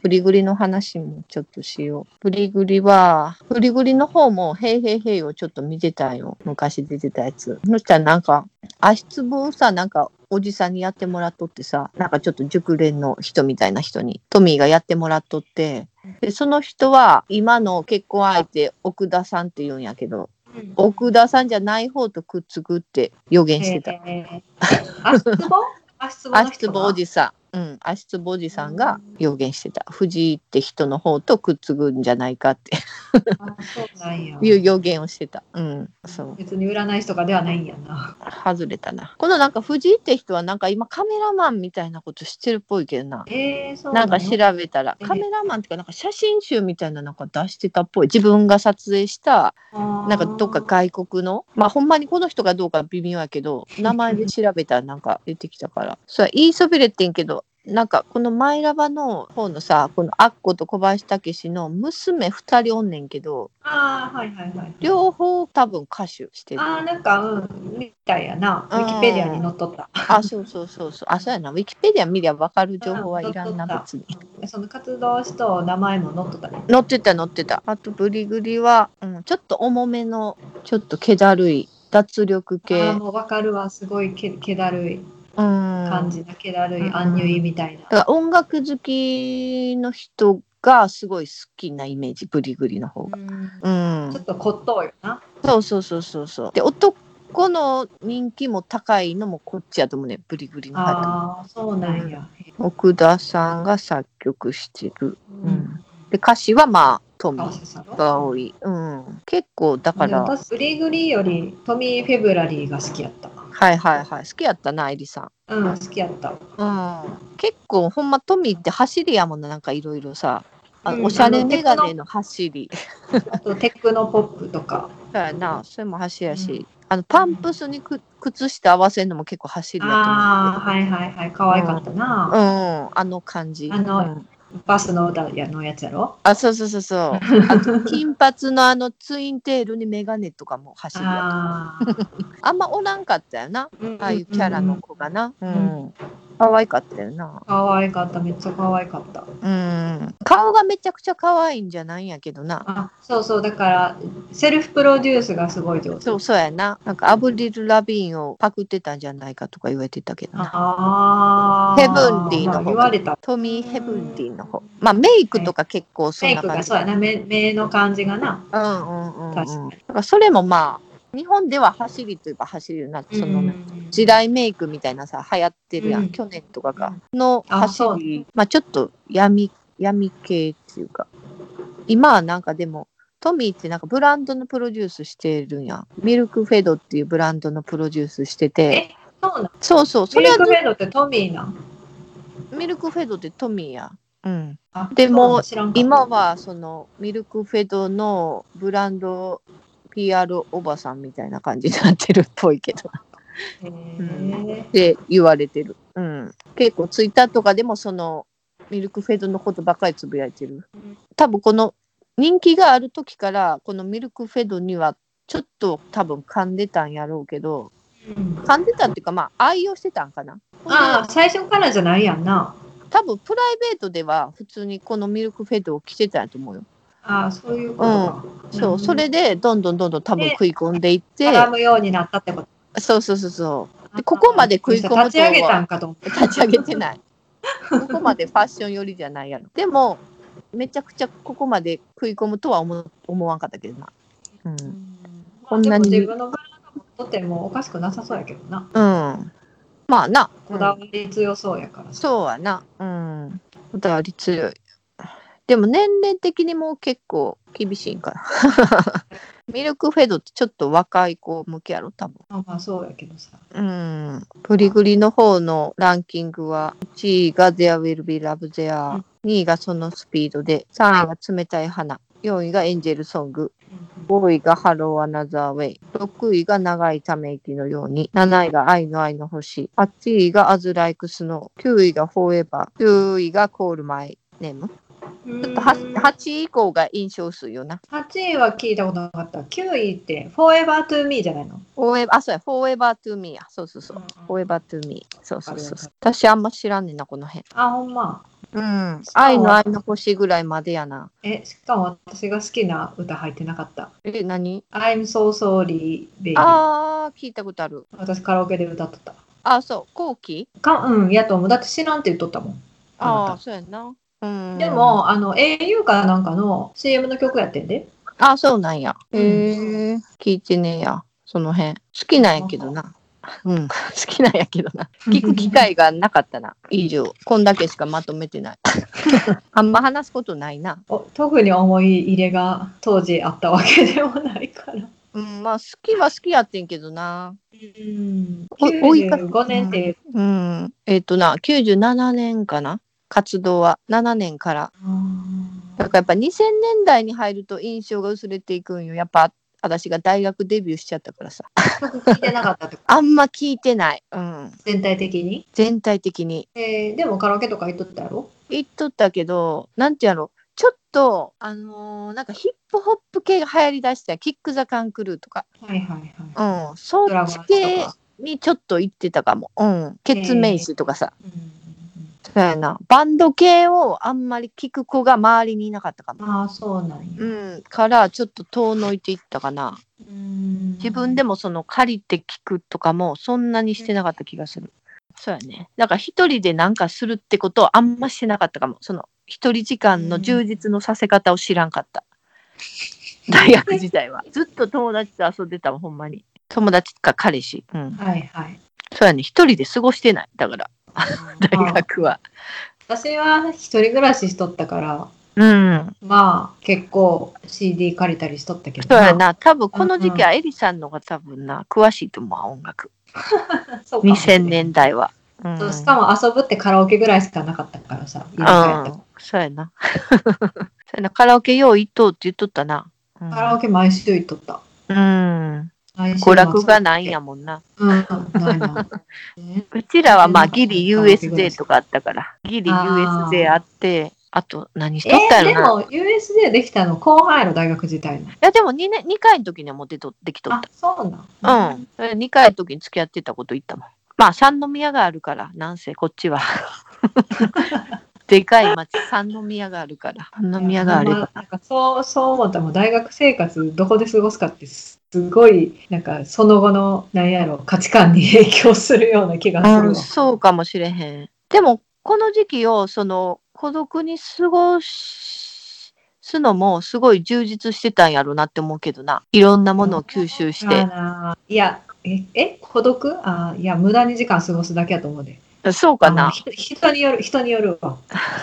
フリグリの話もちょっとしよう。フリグリは、フリグリの方も、へいへいへいをちょっと見てたんよ。昔出てたやつ。そしたらなんか、足つぼをさ、なんか、おじさんにやってもらっとってさ、なんかちょっと熟練の人みたいな人に、トミーがやってもらっとって、で、その人は、今の結婚相手、奥田さんって言うんやけど、うん奥田さんじゃない方とくっつくって予言してた。えー足つ ぼ足つぼの足つ人ぼがおじさん、うん、足つぼおじさんが予言してた。藤井って人の方とくっつくんじゃないかってあそうなんや。いう予言をしてた。うん、そう。別に占い師とかではないんやな。外れたな。このなんか藤井って人はなんか今カメラマンみたいなことしてるっぽいけどな。えー、そうなんかや調べたらええカメラマンっていうかなんか写真集みたいなのなんか出してたっぽい自分が撮影したななんかどっか外国のまあほんまにこの人がどうか微妙やけど 名前で調べたらなんか出てきたからそれ言いそびれてんけどなんかこのマイラバの方のさこのアッコと小林武史の娘2人おんねんけどああ、はいはいはい。両方多分歌手してるああ、なんか、うん、みたいやな。ウィキペディアに載っとった。あそうそうそうそうあそうやなウィキペディア見りゃ分かる情報はいらんな別にその活動しと名前も載っとったね。乗ってた乗ってたあとブリグリは、うん、ちょっと重めのちょっと気だるい脱力ああ、系もうわかるわ。すごいけ気だるい感感じな、気だうるい、んアンニュイみたいな。だから音楽好きの人がすごい好きなイメージブリグリの方が。ううんんちょ、っと骨董よな。そうそうそうそうそうで男の人気も高いのもこっちやと思うねブリグリの方ああ、そうなんや。奥田さんが作曲してるうん。で歌詞はまあトミ川ー瀬さんが多い、うん、結構だかでもら私グリグリよりトミー・フェブラリーが好きやった。はいはいはい好きやったなエリさうん、好きやった。ん、うん、結構ほんまトミーって走りやもんななんかいろいろさあうんおしゃれメガネの走りあとテクノポップと か。そうやな、それも走りやし、うんあのパンプスにく靴下合わせるのも結構走りやとああ、思う。はいはいはい。可愛かったな。うん、あの感じ。あのうんバスの歌やのやつやろ。あ、そうそうそう そう。あと金髪のあのツインテールにメガネとかも走りやと思うああんまおらんかったよな、ーああいうキャラの。子がな。うんん。可愛かったよな。可愛かった、めっちゃ可愛かった。うん。顔がめちゃくちゃ可愛いんじゃないんやけどな。あ、そうそう、だから、セルフプロデュースがすごい上手。そうそうやな。なんかアブリル・ラビーンをパクってたんじゃないかとか言われてたけどな。ああ。ヘブンディのま方あ言われた。トミー・ヘブンディの方。まあメイクとか結構そんメイなク感がじ。そうやな、目目の感じがな。うんうんうんうん。だ確かにからそれもまあ、日本では走りといえば走りよな、その、うん時代メイクみたいなさ、流行ってるやん、うん去年とかが。のあ走そうり、まあちょっと闇、闇系っていうか、今はなんかでも、トミーってなんかブランドのプロデュースしてるんやん。ミルクフェドっていうブランドのプロデュースしてて、え、そうなん。そうそう、そミれルはクフェードってトミーなん。ミルクフェドってトミーや。うん。あでもそうなん知らんかった今はそのミルクフェドのブランド PR おばさんみたいな感じになってるっぽいけ どっへーんて言われてる、うん、結構ツイッターとかでもそのミルクフェドのことばっかりつぶやいてるうん多分この人気がある時からこのミルクフェドにはちょっと多分噛んでたんやろうけどうん噛んでたっていうかまあ愛用してたんかなほんでああ、最初からじゃないやんな。多分プライベートでは普通にこのミルクフェドを着てたんやと思うよああ、そういうことか。そう、うんそれでどんどんどんどん多分で食い込んでいって、絡むようになったってこと。そうそうそうそう。でここまで食い込むとは立ち上げたんかと思った。立ち上げて ない。ここまでファッション寄りじゃないやろ。でも、めちゃくちゃここまで食い込むとは思思わんかったけどな。うん。こんなにまあでも自分のブランド持っとってもおかしくなさそうやけどな。うん。まあな。こだわうんり強そうやからさ。そうはな。うん。こだわり強い。でも年齢的にもう結構厳しいんかな。 ミルクフェドってちょっと若い子向けやろ、多分。まあまあそうやけどさ。うん、ブリグリの方のランキングは、1位が There Will Be Love There、2位がそのスピードで、3位が冷たい花、4位がエンジェルソング、5位がハローアナザーウェイ、6位が長いため息のように、7位が愛の愛の星、8位がアズライクスノー、9位がフォーエバー、10位がコールマイネーム。うんちょっと 8, 位以降が印象薄いよな。 8位は聞いたことなかった。9位って、フォーエバートゥーミーじゃないのフォーエバー、あ、そうや、フォーエバートゥーミーや。そうそうそう。フォーエバートゥーミー。そうそうそうそう。私あんま知らんねんな、この辺。あ、ほんま。うん。愛の愛の星ぐらいまでやな。え、しかも私が好きな歌入ってなかった。え、何 I'm so sorry, baby. あー、聞いたことある。私カラオケで歌っとった。あ、そう、後期かうん、やと思う。だって知らんって言っとったもん。ああなあー、たそうやんな。うん。で、も、あの、au かなんかの CM の曲やってんで。あ、そうなんや。うんへえ、聞いてねえや、その辺。好きなんやけどな。 うん、好きなんやけどな。聞く機会がなかったな。以上。こんだけしかまとめて ない。あんま話すことないな。 お特に思い入れが当時あったわけでもないから。うん、まあ、好きは好きやってんけどな。うん。お追いかけ95年って、うん。えっ、とな、97年かな活動は。7年から。だからやっぱ2000年代に入ると印象が薄れていくんよ。やっぱ、私が大学デビューしちゃったからさ。聞いてなかったってことあんま聞いてない。うん。全体的に。全体的に。えーでもカラオケとか行っとったやろ言っとったけど、なんてやろ、ちょっと、あのーなんかヒップホップ系が流行りだしたやんキック・ザ・カン・クルーとか、はいはいはい。うん、そドラっゴンちズと系か。にちょっと行ってたかも。うん、ケツメイシとかさ、うんうんうんそうやな、バンド系をあんまり聞く子が周りにいなかったかも。ああ、そうなんや。うん、からちょっと遠のいていったかな。うん自分でもその借りて聞くとかもそんなにしてなかった気がする。そうやね。だから一人でなんかするってことをあんましてなかったかも。その一人時間の充実のさせ方を知らんかった。大学時代は。 ずっと友達と遊んでたもん、ほんまに。友達か彼氏。うん。はいはい。そうやね。一人で過ごしてない。だから、 大まあ学は。私は一人暮らししとったから、うん。まあ結構 CD 借りたりしとったけど。そうや。な。多分この時期はエリさんのが多分な、詳しいと思うわ、音楽。そうかもしれ2000ん年代は。うん。そうしかも遊ぶってカラオケぐらいしかなかったからさ。いろいろやったうん、そうやな。 そうやな、カラオケよう行っとうって言っとったな。うん、カラオケ毎週行っとった。うん。毎週娯楽がないんやもんな。うん、な いな。ねうちらはまあギリカラオケぐらい USJ とかあったから、ギリあー USJ あって、あと何しえとったー、やでろな。も USJ できたの後半やろ、大学時代のい。やでも 2, 年2回の時にはもう出とできとっあ、そうた。なうん。。2回の時に付き合ってたこと言ったもん。まあ三宮があるから、なんせこっ ちは。でかい町、三宮があるから。三宮があれいやば。なんかそうそう思ったらもう大学生活どこで過ごすかってすすごいなんかその後のなんやろ価値観に 影響するような気がすうるわん、そうかもしれへん。でも、この時期を、その、孤独に過ごすのも、すごい充実してたんやろなって思うけどな。いろんなものを吸収しあて。らいやええ孤独あいや無駄に時間過ごすだけやと思うでそうかあな。ひ人による人によるわ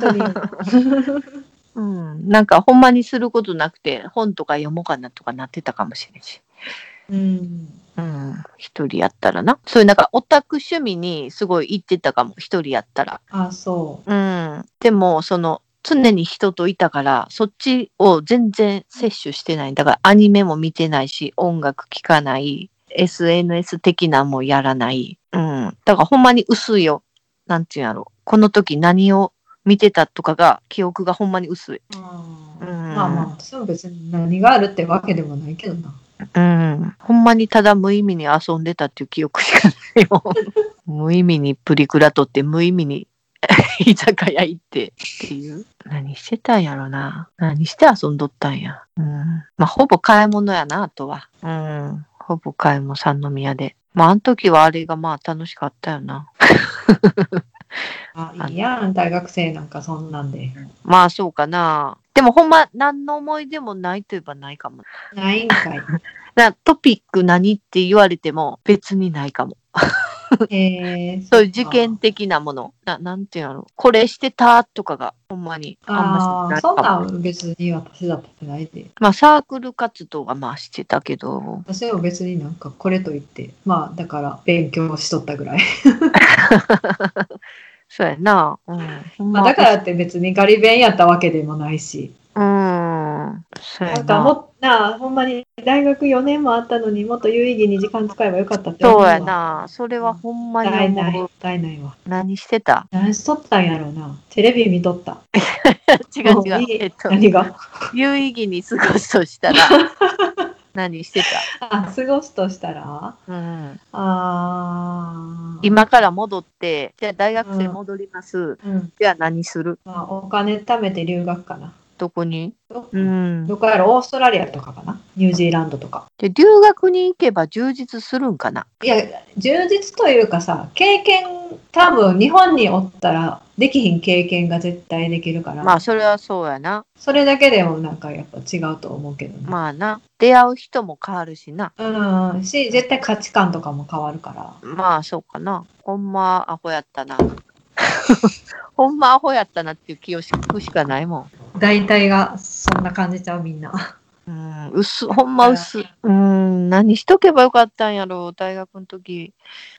人 によるうん。なんか、ほんまにすることなくて、本とか読もうかなとかなってたかもしれんし。うんうん。一人やったらな。そういう、なんか、オタク趣味にすごい行ってたかも。一人やったら。あそうん。でも、その、常に人といたから、そっちを全然摂取してない。だから、アニメも見てないし、音楽聴かない、SNS 的なもんやらない。うん。だから、ほんまに薄いよ。なんていうんやろこの時何を見てたとかが、記憶がほんまに薄い。う、うん、うんまあまあ私も別に何があるってわけでもないけどなうん。ほんまにただ無意味に遊んでたっていう記憶しかないよ。無意味にプリクラ撮って、無意味に 居酒屋行ってっていう。何してたんやろな。何して遊んどったんや。うん。まあ、ほぼ買い物やな、あとは。うん。ほぼ買い物、三宮で。まあ、あの時はあれがまあ楽しかったよな。あいいやん大学生なんかそんなんでまあ、そうかな。でもほんま何の思い出もないといえばないかも。ない んかいなトピック何って言われても別にないかも。へえそういう事件的なもの。ななんていうのこれしてたとかが、ほんまにあんあましないかあー、そもんなん別に私だってないで。まあ、サークル活動はまあしてたけど、私は別になんかこれと言って、まあだから勉強しとったぐらい。そうやな。うん。ほんまあだからって別にガリ勉やったわけでもないし。うん。そうやなな。んかもっなあ、ほんまに大学4年もあったのにもっと有意義に時間使えばよかったって思うそうわ。やな。それはほんまにないない、思もう。ったいないわ。何してた何しとったんやろうな。テレビ見とった。違う も違うい。いえっと、何が有意義に過ごすとした ら、何してあ、過ごすとしたらたうん。あ今から戻って、じゃあ大学生戻ります。うんじゃあ何するまあ、お金貯めて留学かな。どこにどうん。どこやろオーストラリアとかかなニュージーランドとか。で、留学に行けば充実するんかないや、充実というかさ、経験、多分日本におったらできひん経験が絶対できるから、まあ、それはそうやな。それだけでもなんかやっぱ違うと思うけどね。まあな。出会う人も変わるしな。うん、し、絶対価値観とかも変わるから。まあ、そうかな。ほんまアホやった な。ほんまアホやったなっていう気をしくしかないも大体がそんな感じちゃうみんな。ん。うん、薄、ほんま薄。うん、何しとけばよかったんやろう、大学の時。い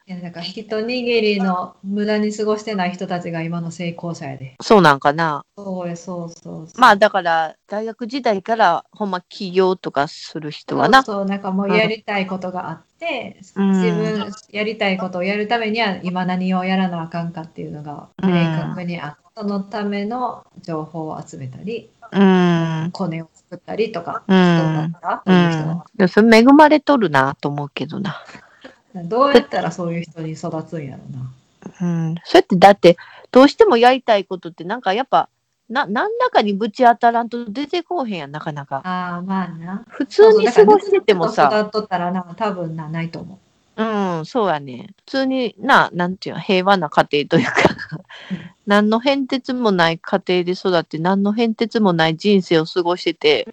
やなんか一握りの無駄に過ごしてない人たちが今の成功者やで。そうなんかな。そうやそうそうそう。まあ、だから、大学時代から、ほんま起業とかする人はな。そうそうなんかもうやりたいことがあって、うん自分やりたいことをやるためには今何をやらなあかんかっていうのが明確にあって、そのための情報を集めたりうん。うん。コネを作ったりとか、うん人だったらそうういう人だっでもそれ恵まれとるなと思うけどな。たらどうやったらそういう人に育つんやろうな。うん、そうやってだってどうしてもやりたいことってなんかやっぱな何らかにぶち当たらんと出てこうへんやんなかなかああまあな。普通に過ごしててもそうそさうだから別の人と育っとったらな多分なないと思う。うんそうやね普通にななんていうの平和な家庭というか何の変哲もない家庭で育って何の変哲もない人生を過ごしてて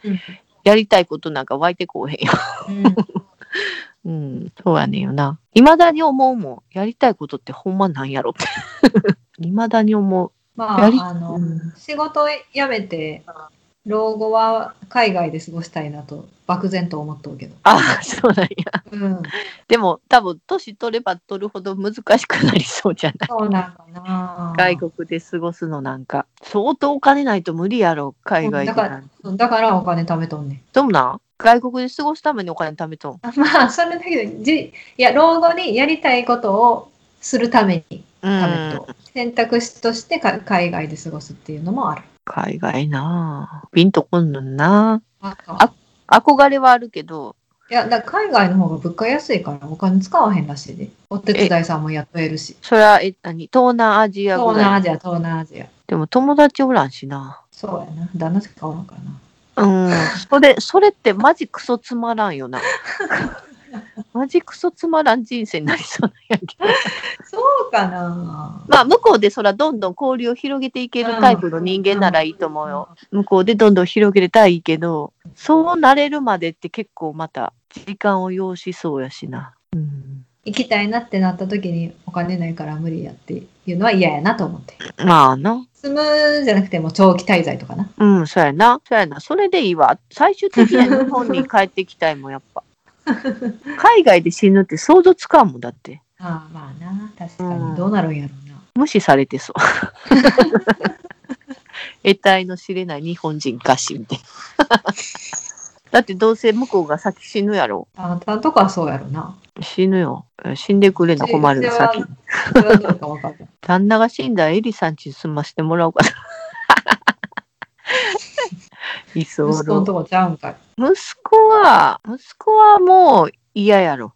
やりたいことなんか湧いてこうへ んよ、うんうん、そうやねんよないまだに思うもんやりたいことってほんまなんや ろ っていまだに思うまやりあ、あの、うん仕事を辞めて、老後は海外で過ごしたいなと、漠然と思っとうけど。ああそうなんやうん、でも多分年取れば取るほど難しくなりそうじゃないそうなんかな。外国で過ごすのなんか相当お金ないと無理やろ海外でだなかんらて、そうだからお金貯めとんねん。どうなん外国で過ごすためにお金貯めとんあまあ、それだけど、じいや、老後にやりたいことをするためにう貯めんと、選択肢としてか海外で過ごすっていうのもある。海外なあピンとこんのんななんかあ憧れはあるけどいや、だから海外の方が物価安いからお金使わへんらしいで。お手伝いさんも雇えるし。それはえ何東南アジア東ぐ南らいアジア、東南アジア。でも友達おらんしなそうやな。旦那しかおらんからな。うんそれそれってマジクソつまらん よなマジクソつまらん人生になりそうなんやけどそうかな。まあ、向こうでそらどんどん交流を広げていけるタイプの人間ならいいと思うよ。向こうでどんどん広げれたらいいけど、そうなれるまでって結構また時間を要しそうやしな。うん、行きたいなってなった時にお金ないから無理やっていうのは嫌やなと思って。まあな。住むじゃなくても長期滞在とかな。うん、そうやな。そうやな。それでいいわ。最終的には日本に帰ってきたいもん、やっ ぱ。海外で死ぬって想像つかんもんだって。ああまあな。確かうんにどうなるんやろうな。無視されてそう。 得体の知れない日本人かしみたいな。 だってどうせ向こうが先死ぬやろ。あんたんとかはそうやろな。死ぬよ。死んでくれんの困るよ、それは先に。それはどうかわかる。旦那が死んだらエリさんちに住ましてもらおう かな。いそう息子の息とこちゃうんかい。子は、息子はもう嫌やろ。